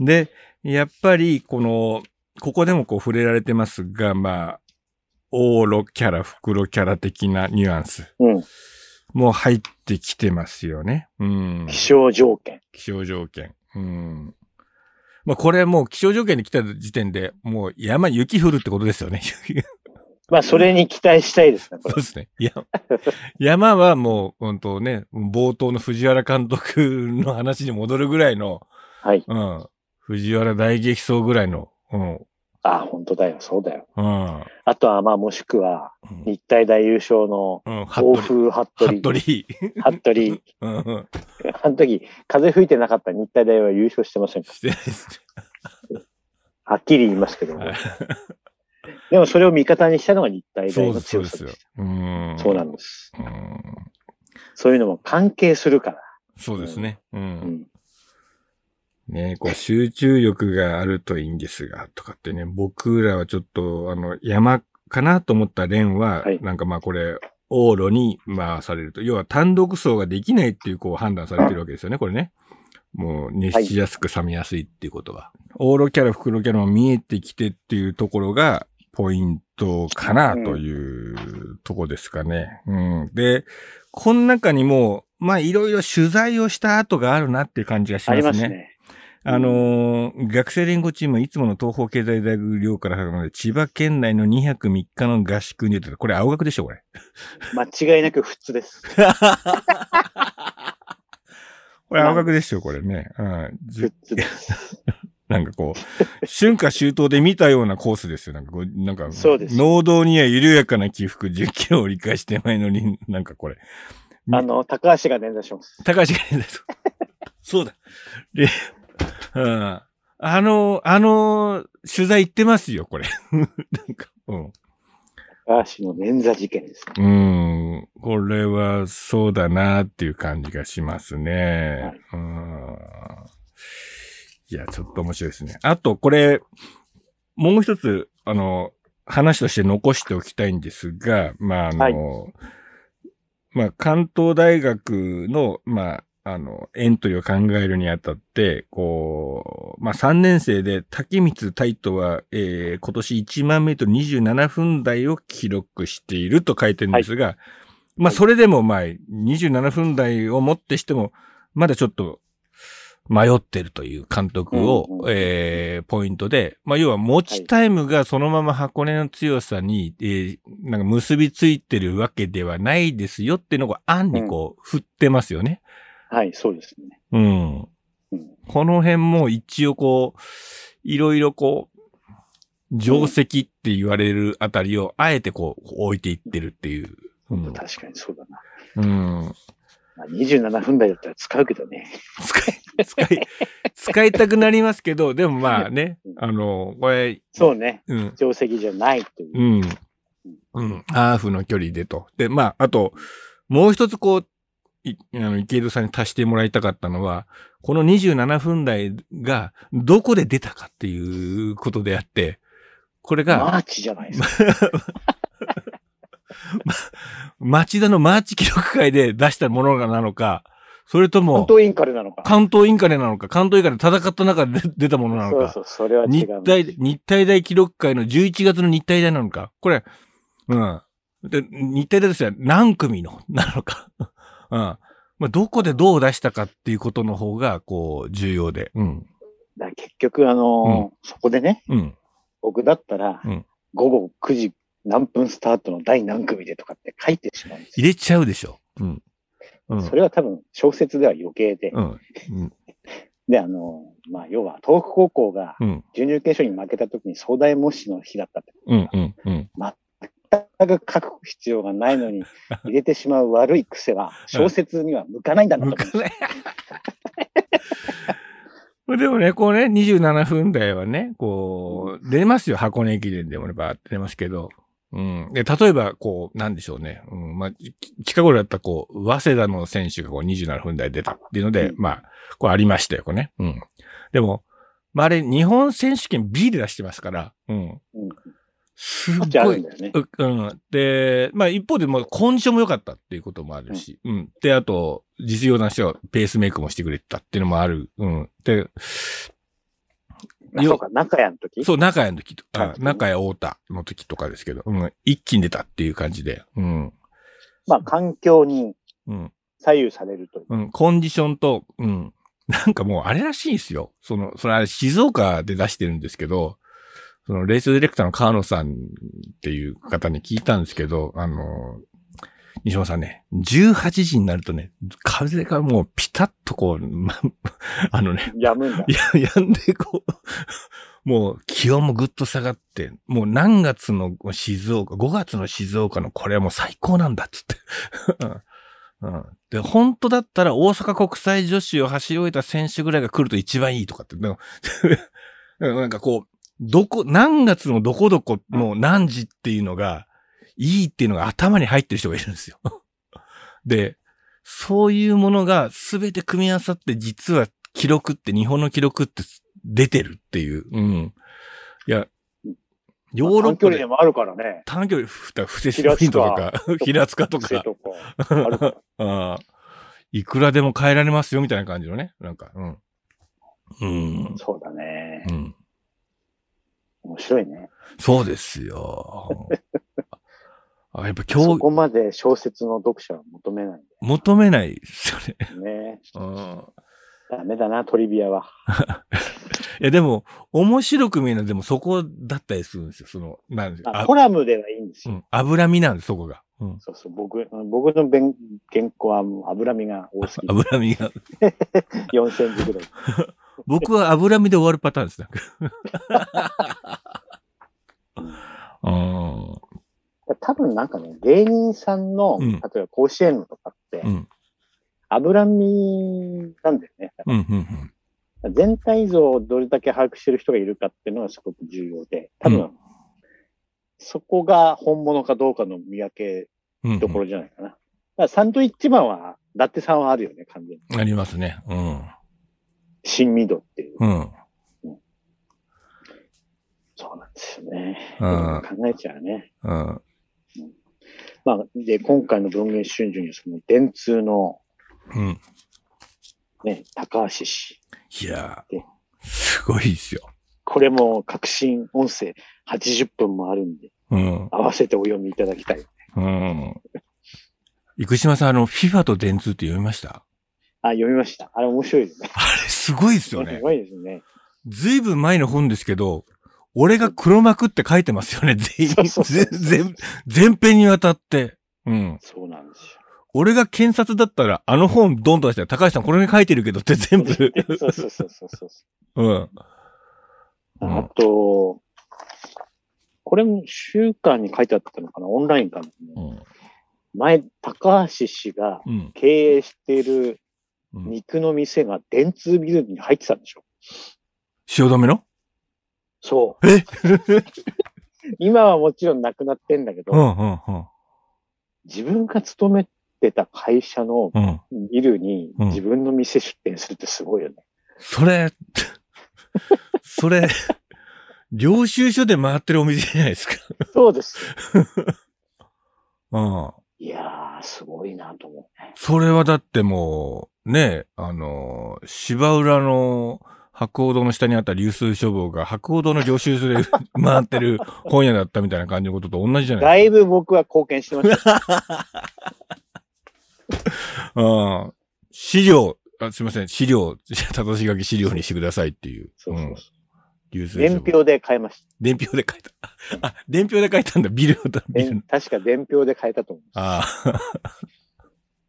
で、やっぱり、この、ここでもこう触れられてますが、まあ、オーロキャラ、袋キャラ的なニュアンス
うん。
も入ってきてますよね。うん。
気象条件。
気象条件。うん。まあ、これもう気象条件に来た時点で、もう山雪降るってことですよね。
まあ、それに期待したいですね、こ
そう
れ。
ですね。いや、山はもう、本当ね、冒頭の藤原監督の話に戻るぐらいの、
はい。
うん、藤原大激走ぐらいの、うん、
ああ、本当だよ、そうだよ。
うん、
あとは、まあ、もしくは、日体大優勝の、
うん、ハ
欧
ット
風ハッ
リ、ハ
ト
ッ。ト
リ
リ、
ハットリ。
うんうん、
あの時、風吹いてなかった日体大は優勝してませんか
してないです
はっきり言いますけども
ね。
でもそれを味方にしたのが日体
そ
大
うで
の
す、そう
強
で
さ
す
で
よ
し。
うん。
た。そうなんんです。
うん。
そういうのも関係するから。
そうですね。う。
うんん。
ねこう、集中力があるといいんですが、とかってね、僕らはちょっと、あの、山かなと思った連は、
はい
なんかまあこれ、往路に回されると。要は単独走ができないっていう、こう判断されてるわけですよね、これね。もう、熱しやすく冷めやすいっていうことは。往路キャラ、袋キャラも見えてきてっていうところが、ポイントかなというとこですかね。うん。で、この中にも、まあいろいろ取材をした後があるなっていう感じがし
あ
ま
り
す
ます
ね。
ね。
あのー学生連合チームはいつもの東方経済大学寮から始まる千葉県内の2泊3日の合宿に出てた。これ青学でしょ、これ。
間違いなく普通です。
これ青学ですよ、これね。うん。
普
ず
通です。
なんかこう、春夏秋冬で見たようなコースですよ。なんかこう、なんか、
そうです
農道には緩やかな起伏10キロを折り返して前のり、なんかこれ。
あの、高橋が連打します。
高橋が言うんだと。そうだ。で、うん。あの、あの、取材行ってますよ、これ。 なんか、うん。
高橋の連打事件です。
うーん、これはそうだなっていう感じがしますね。うーん。いや、ちょっと面白いですね。あと、これ、もう一つ、あの、話として残しておきたいんですが、まあ、あの、まあ、関東大学の、まあ、あの、エントリーを考えるにあたって、こう、まあ、3年生で竹光太斗は、えー今年1万メートル27分台を記録していると書いてるんですが、まあ、それでも、まあ、27分台をもってしても、まだちょっと、迷ってるという監督を、
うんうん
えーポイントで、まあ、要は持ちタイムがそのまま箱根の強さに、えーなんか結びついてるわけではないですよっていうのを案にこう、振ってますよね。
はい、そうですね。
うん。
うん
この辺も一応こう、いろいろこう、定石って言われるあたりを、あえてこう、置いていってるっていう。うん。
確かにそうだな。
うん、
まあ、27分台だったら使うけどね。
使い、使い、使いたくなりますけど、でもまあね
う、ん
あの、これ、
そうね。
うん、
定石じゃないというう。
ん、うん、ハーフの距離でと。で、まあ、あと、もう一つこう、いあの池井戸さんに足してもらいたかったのは、この27分台がどこで出たかっていうことであって、これが
マーチじゃないですか。
町田のマーチ記録会で出したものなのか、それと
本
も
当インカルなのか。
関東インカレなのか、関東インカレ戦った中で出出たものなの
そう
か、
そう、それは違う。
日体、日体大記録会の11月の日体大なのか、これ、うん。で、日体大としては何組の、 なのか。うん。まあ、どこでどう出したかっていうことの方が、こう、重要で。うん。
だから結局、あのーそこでね、
うん。
僕だったら、
うん
午後9時何分スタートの第何組でとかって書いてしまうんですよ
入れちゃうでしょ。うん。うん
そ。れは多分、小説では余計で。
うん。うん
で、あのーまあ、要は、東北高校が
うん。
準々決勝に負けた時に総大模試の日だったって。
うん。うん。うん。
全く書く必要がないの に入れてしまう悪い癖は小説には向かないんだなと思う。
向かない。 でもね、こうね、27分台はね、こう、出ますよ、箱根駅伝でもね、バーって出ますけど。うん。で、例えば、こう、なんでしょうね。うん、まあ、き近頃だったら、こう、早稲田の選手がこう27分台出たっていうので、
うん
まあ、こうありましたよ、これね。うん。でも、まあ、あれ、日本選手権 B で出してますから、うん。
うん
すっ
こっちあ
ご
る
い
んだよね。
ううん。で、まあ一方でもうコンディションも良かったっていうこともあるし、うん。で、あと、実用な人はペースメイクもしてくれてたっていうのもある。うん。で、
あそうか、中屋の時
そう、中谷の時と
は
か
い、
中谷太田の時とかですけど、うん。一気に出たっていう感じで、うん。
まあ、環境に
うん。
左右されるという。
うん。コンディションと、うん。なんかもうあれらしいんですよ。その、それあれ静岡で出してるんですけど、そのレースディレクターの川野さんっていう方に聞いたんですけど、あの、西本さんね、18時になるとね、風がもうピタッとこう、ま、あのね、
やむんだ。
や、やんでこう、もう気温もぐっと下がって、もう何月の静岡、5月の静岡のこれはもう最高なんだっつって。うんうん、で、本当だったら大阪国際女子を走り終えた選手ぐらいが来ると一番いいとかって。でも なんかこう、どこ、何月のどこどこの何時っていうのが、いいっていうのが頭に入ってる人がいるんですよ。 で、そういうものが全て組み合わさって実は記録って、日本の記録って出てるっていう。うん。いや、ヨーロッ
短
パ
距離で
で
もあるからね。
短距離、ふた、不正スピードとか、 平塚と
瀬
か、
戸ある から
あーいくらでも変えられますよみたいな感じのね。なんか、うん。うん。
そうだね
う。ん。
面白いね。
そうですよ。 あ、やっぱ
そ
競技、
こまで小説の読者は求めないん
求めないですよね。
だよね。
うん。
ダメだな、トリビアは。
いや、でも、面白く見えるのはでもそこだったりするんですよ。その、なんです
まあ
あ
コラムではいいんです
う
よ。
ん。脂身なんです、そこが。うん。
そうそう、僕、僕の弁原稿はもう脂身が多す ぎて、
脂身が。
4センチぐらい。
僕は脂身で終わるパターンです。なんか うん。
多分なんかね、芸人さんの、
うん
例えば甲子園のとかって
う、ん。
脂身なんだよね。
うん、うん、うん。
全体像をどれだけ把握してる人がいるかっていうのがすごく重要で、多分、
う
そこが本物かどうかの見分け
うん
どころじゃないかな。だからサンドイッチマンは、伊達さんはあるよね、完全に。
うんありますね。うん。
新ミドっていう。
うん。
そうなんですよね。
うん
考えちゃうね。
うん。
まあ、で、今回の文藝春秋にはその電通の
うん。
ね、高橋氏。
いや
で
ー、すごいですよ。
これも革新音声80分もあるんで、
うん。
合わせてお読みいただきたい。
うん。生島さん、あの、FIFA と電通って読みました
あ、読みました。あれ面白いですね。
あれ、すごいですよ
す
ね。
ごいですね。
ずいぶん前の本ですけど、俺が黒幕って書いてますよね。全員、
そうそうそう
全、全編にわたって。うん。
そうなんですよ。
俺が検察だったら、あの本ドンと出して、高橋さんこれに書いてるけどって全部。
そうそうそうそうそ
う
う。
ん。うん
あと、これも週刊に書いてあったのかなオンラインかな、
うん。
前、高橋氏が
うん。
経営している
うん、
肉の店が電通ビルに入ってたんでしょ
塩止めの
そう。
え
今はもちろんなくなってんだけど、
うん、うん、うん。
自分が勤めてた会社の
うん。
ビルに
うん
自分の店出店するってすごいよね。
それ、それ、領収書で回ってるお店じゃないですか。
そうです。
うん。
いやー、すごいなと思うね。
それはだってもう、ね、あの、芝浦の白鸚堂の下にあった流通処房が白鸚堂の領収書で 回ってる本屋だったみたいな感じのことと同じじゃな
だ
い
いぶ僕は貢献してました。
うん。資料、あすいません、資料、正し書き資料にしてくださいっていう。
そうそうそ
う
う
ん。流通
伝
票。
票で買いました。
伝票で書いた。あ、伝票で書いたんだ。ビルの、ビル
伝
の。
確か伝票で変えたと思う。
ああ。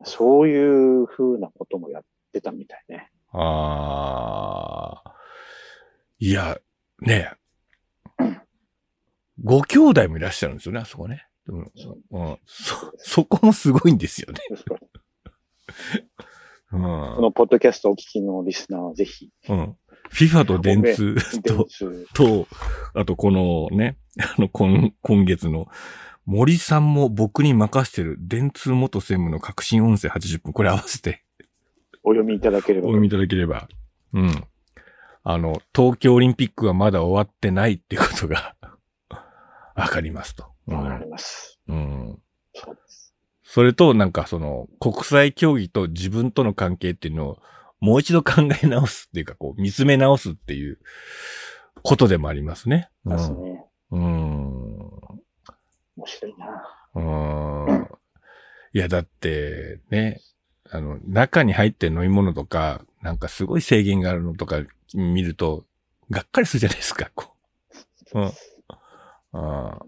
そういう風なこともやってたみたいね。
ああ。いや、ねご兄弟もいらっしゃるんですよね、あそこね。うん。うんそ、そこもすごいんですよね。う
このポッドキャストをお聞きのリスナーはぜひ、
ん。うん。FIFA と電通
電
と、
通、
と、あとこのね、あの、今、今月の、森さんも僕に任してる電通元専務の革新音声80分、これ合わせて
お読みいただけれ
お
ば。
読みいただければ。うん。あの、東京オリンピックはまだ終わってないってことが、 わかりますと。う
わか
ん。
ります。
うん。
そうです。
それと、なんかその、国際競技と自分との関係っていうのを、もう一度考え直すっていうか、こう、見つめ直すっていう、ことでもありますね。う
です
ん。
ね。
うん。
面白いな。
うん。いや、だって、ね、あの、中に入ってる飲み物とか、なんかすごい制限があるのとか見ると、がっかりするじゃないですか、こう。うん。あー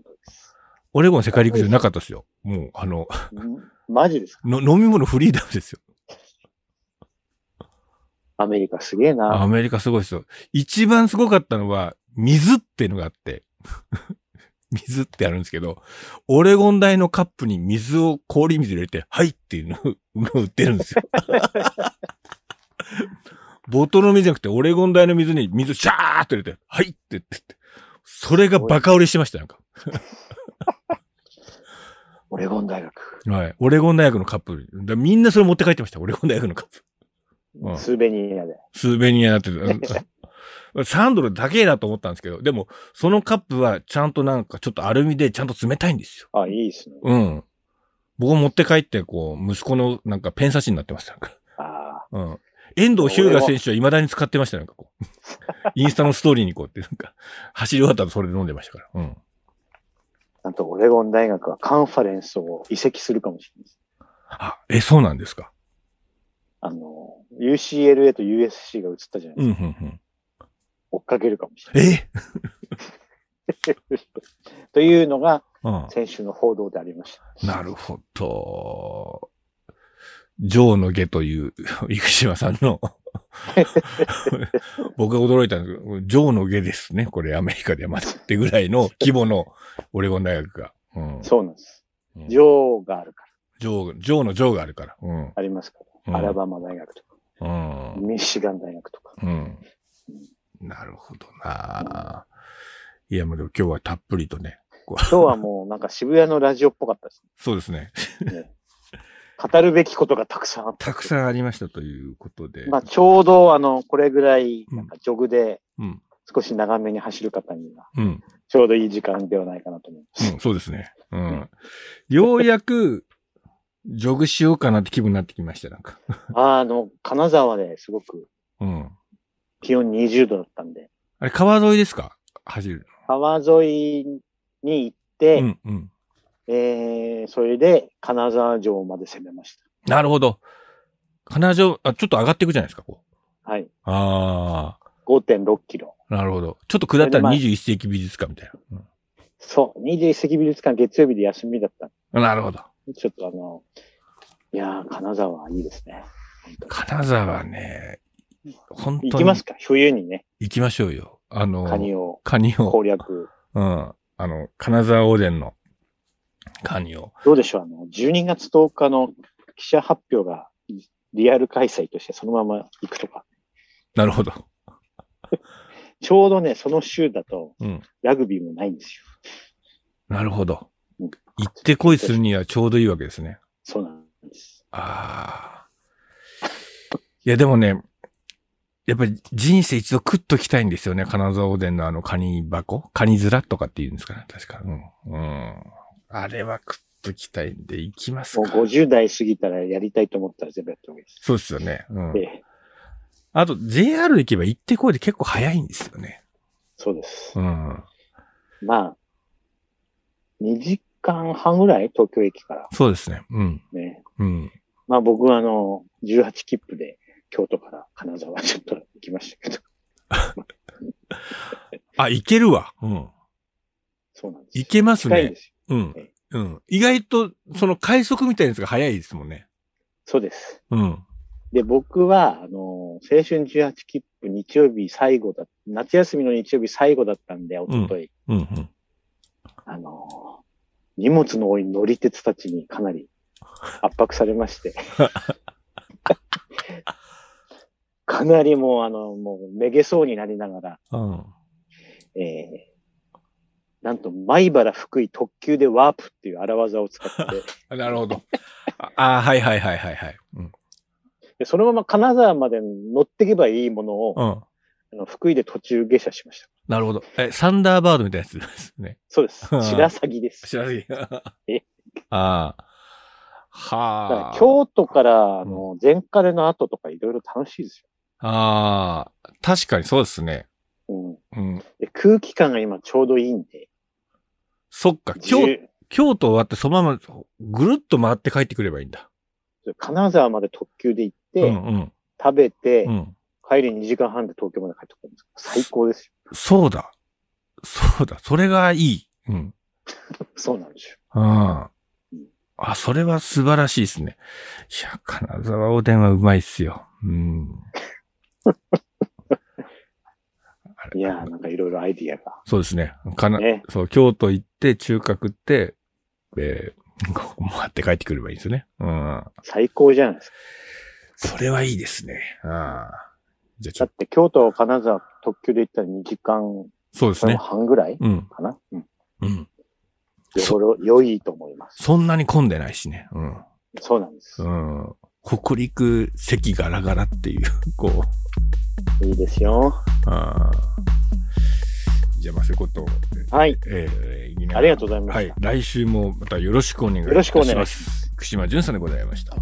オレゴン世界陸上なかったですよ。もう、あの、
うんマジですか
の飲み物フリーダムですよ。
アメリカすげえ
ア
な。
メリカすごいですよ。一番すごかったのは、水っていうのがあって。 水ってあるんですけど、オレゴン大のカップに水を氷水入れて、はいっていうのを売ってるんですよ。ボトルの水じゃなくて、オレゴン大の水に水シャーって入れて、はいって言ってて、それがバカ売れしてました、なんか。
オレゴン大学。
はい。オレゴン大学のカップに。だみんなそれ持って帰ってました、オレゴン大学のカップ。うん
スーベニアで。
スーベニアになってる。3ドルだけだと思ったんですけど、でも、そのカップはちゃんとなんかちょっとアルミでちゃんと冷たいんですよ。
あ、いいですね。
うん。僕持って帰って、こう、息子のなんかペン差しになってました。なんか
あ
うん。遠藤日向選手は未だに使ってました、なんかこう。インスタのストーリーにこうやって、なんか、走り終わったらそれで飲んでましたから。うん。
あ。なんとオレゴン大学はカンファレンスを移籍するかもしれないです。
あ、え、そうなんですか。
あの、UCLA と USC が移ったじゃないですか
うん、うん、うん。
追っかけるかもしれない。
え
というのが
うん。
先週の報道でありました。
なるほど。ジョーの下という、 生島さん の、僕が驚いたんですけど、ジョーの下ですね。これアメリカではまだってぐらいの規模のオレゴン大学が。うん、
そうなんです。
うんジョ
女王があるから、
ー、ジョーのジョーがあるから。うん。
ありますか
うん
ら。アラバマ大学とか、
うん。
ミシガン大学とか。
うん。なるほどな。いや、もうでも今日はたっぷりとね。こう
今日はもうなんか渋谷のラジオっぽかったです
そうですね。
ね。ね語るべきことがたくさんあった。
たくさんありましたということで。
まあちょうどあの、これぐらい、なんかジョグで
うん。
少し長めに走る方には、
うん。
ち ょうどいい時間ではないかなと思います。
うん、そうですね。うん。ようやく、ジョグしようかなって気分になってきました、なんか。
あーあの、金沢ですごく
うん。
気温20度だったんで、
あれ、川沿いですか走る
川沿いに行っ
の。
て、
うんうん。
えー、それで金沢城まで攻めまし
なるほど。金城、あ、ちょっと上がっていくじゃないですか、こう。
た。はい。
あ
5.6キロ。
あ、なるほど。ちょっと下ったら21世紀美術館みたいな。
そう。21世紀美術館月曜日で休みだったん
うん、なるほど。
で。ちょっとあの、いやー、金沢はいいですね。
金沢ね、本当に。
行きますか冬にね、
行きましょうよ。あの、
カニを
カニを。
攻略。
うん。あの、金沢おでんのカニを。
どうでしょうあの、12月10日の記者発表がリアル開催としてそのまま行くとか。
なるほど。
ちょうどね、その週だと
うん。
ラグビーもないんですよ。
なるほど。
うん
行ってこいするにはちょうどいいわけですね。
そうなんです。
ああ。いや、でもね、やっぱり人生一度食っときたいんですよね。金沢おでんのあのカニ箱カニ面とかって言うんですかね。確か。うん。うん。あれは食っときたいんで、行きます
もう
か。
50代過ぎたらやりたいと思ったら全部やった方がいいです。
そうですよね。うん。
で
あと、JR 行けば行ってこいで結構早いんですよね。
そうです
う。ん。
まあ、2時間半ぐらい東京駅から
そうですね。うん。
ね。
うん。
まあ僕はあの、18切符で京都から金沢ちょっと行きましたけど。
あ、行けるわ。うん。
そうなんです。
行けます
近いん
ね
で。すよ。
うん。うん。意外と、その快速みたいなやつが早いですもんね。
そうです。
うん。
で、僕は、あの、青春18切符日曜日最後だ、夏休みの日曜日最後だったんで、おととい、
うん、うん。
あの、荷物の多い乗り鉄たちにか なり圧迫されまして。かなりもう、あの、もう、めげそうになりながら、
うん。
えー、なんと、米原福井特急でワープっていう荒技を 使って、
あなるほど。ああ、はいはいはいはいはい。うん。
でそのまま金沢まで乗ってけばいいものを、
うん。
あの福井で途中下車しました。
なるほど。え、サンダーバードみたいなやつですね。
そうです
うん。
白鷺です。
知ら ない。
え
ああ。
だか
は
ら
あ。
京都から、あの、前カレの後とかいろいろ楽しいです
ああ。確かにそうですね。
よ。うん。
うん。
で、空気感が今ちょうどいいんで、
そっか。京
十
京都終わってそのままぐるっと回って帰ってくればいいんだ。
金沢まで特急で行って、
うんうん。
食べて、
うん。
帰り2時間半で東京まで帰ってくるんです最高ですよ。
そうだ。そうだ。それがいい。うん。
そうなんですよ。
ああ。あ、それは素晴らしいですね。いや、金沢おでんはうまいっすよ。うん。あれ
いやー、なんかいろいろアイディアが。
そうですね。かな、
ね
そう、京都行って、中華食って、えー、ここ回って帰ってくればいいんですね。うん。
最高じゃないですか。
それはいいですね。ああ。じゃあちょ
だ
っ
って京都、金沢特急で行ったら2時間
と、そうですね。
半ぐらい
うん。
かな。うん。
うん。
よほど良いと思います。
そんなに混んでないしね。うん。
そうなんです。
うん。北陸席ガラガラっていう、こう。
いいですよ。
あーじゃあ、まあ、そういうことを、
はい。
えー、言いながら
ありがとうございました
はい。来週もまたよろしくお願いいたします。。
よろしくお願いします
串間淳さんでございました。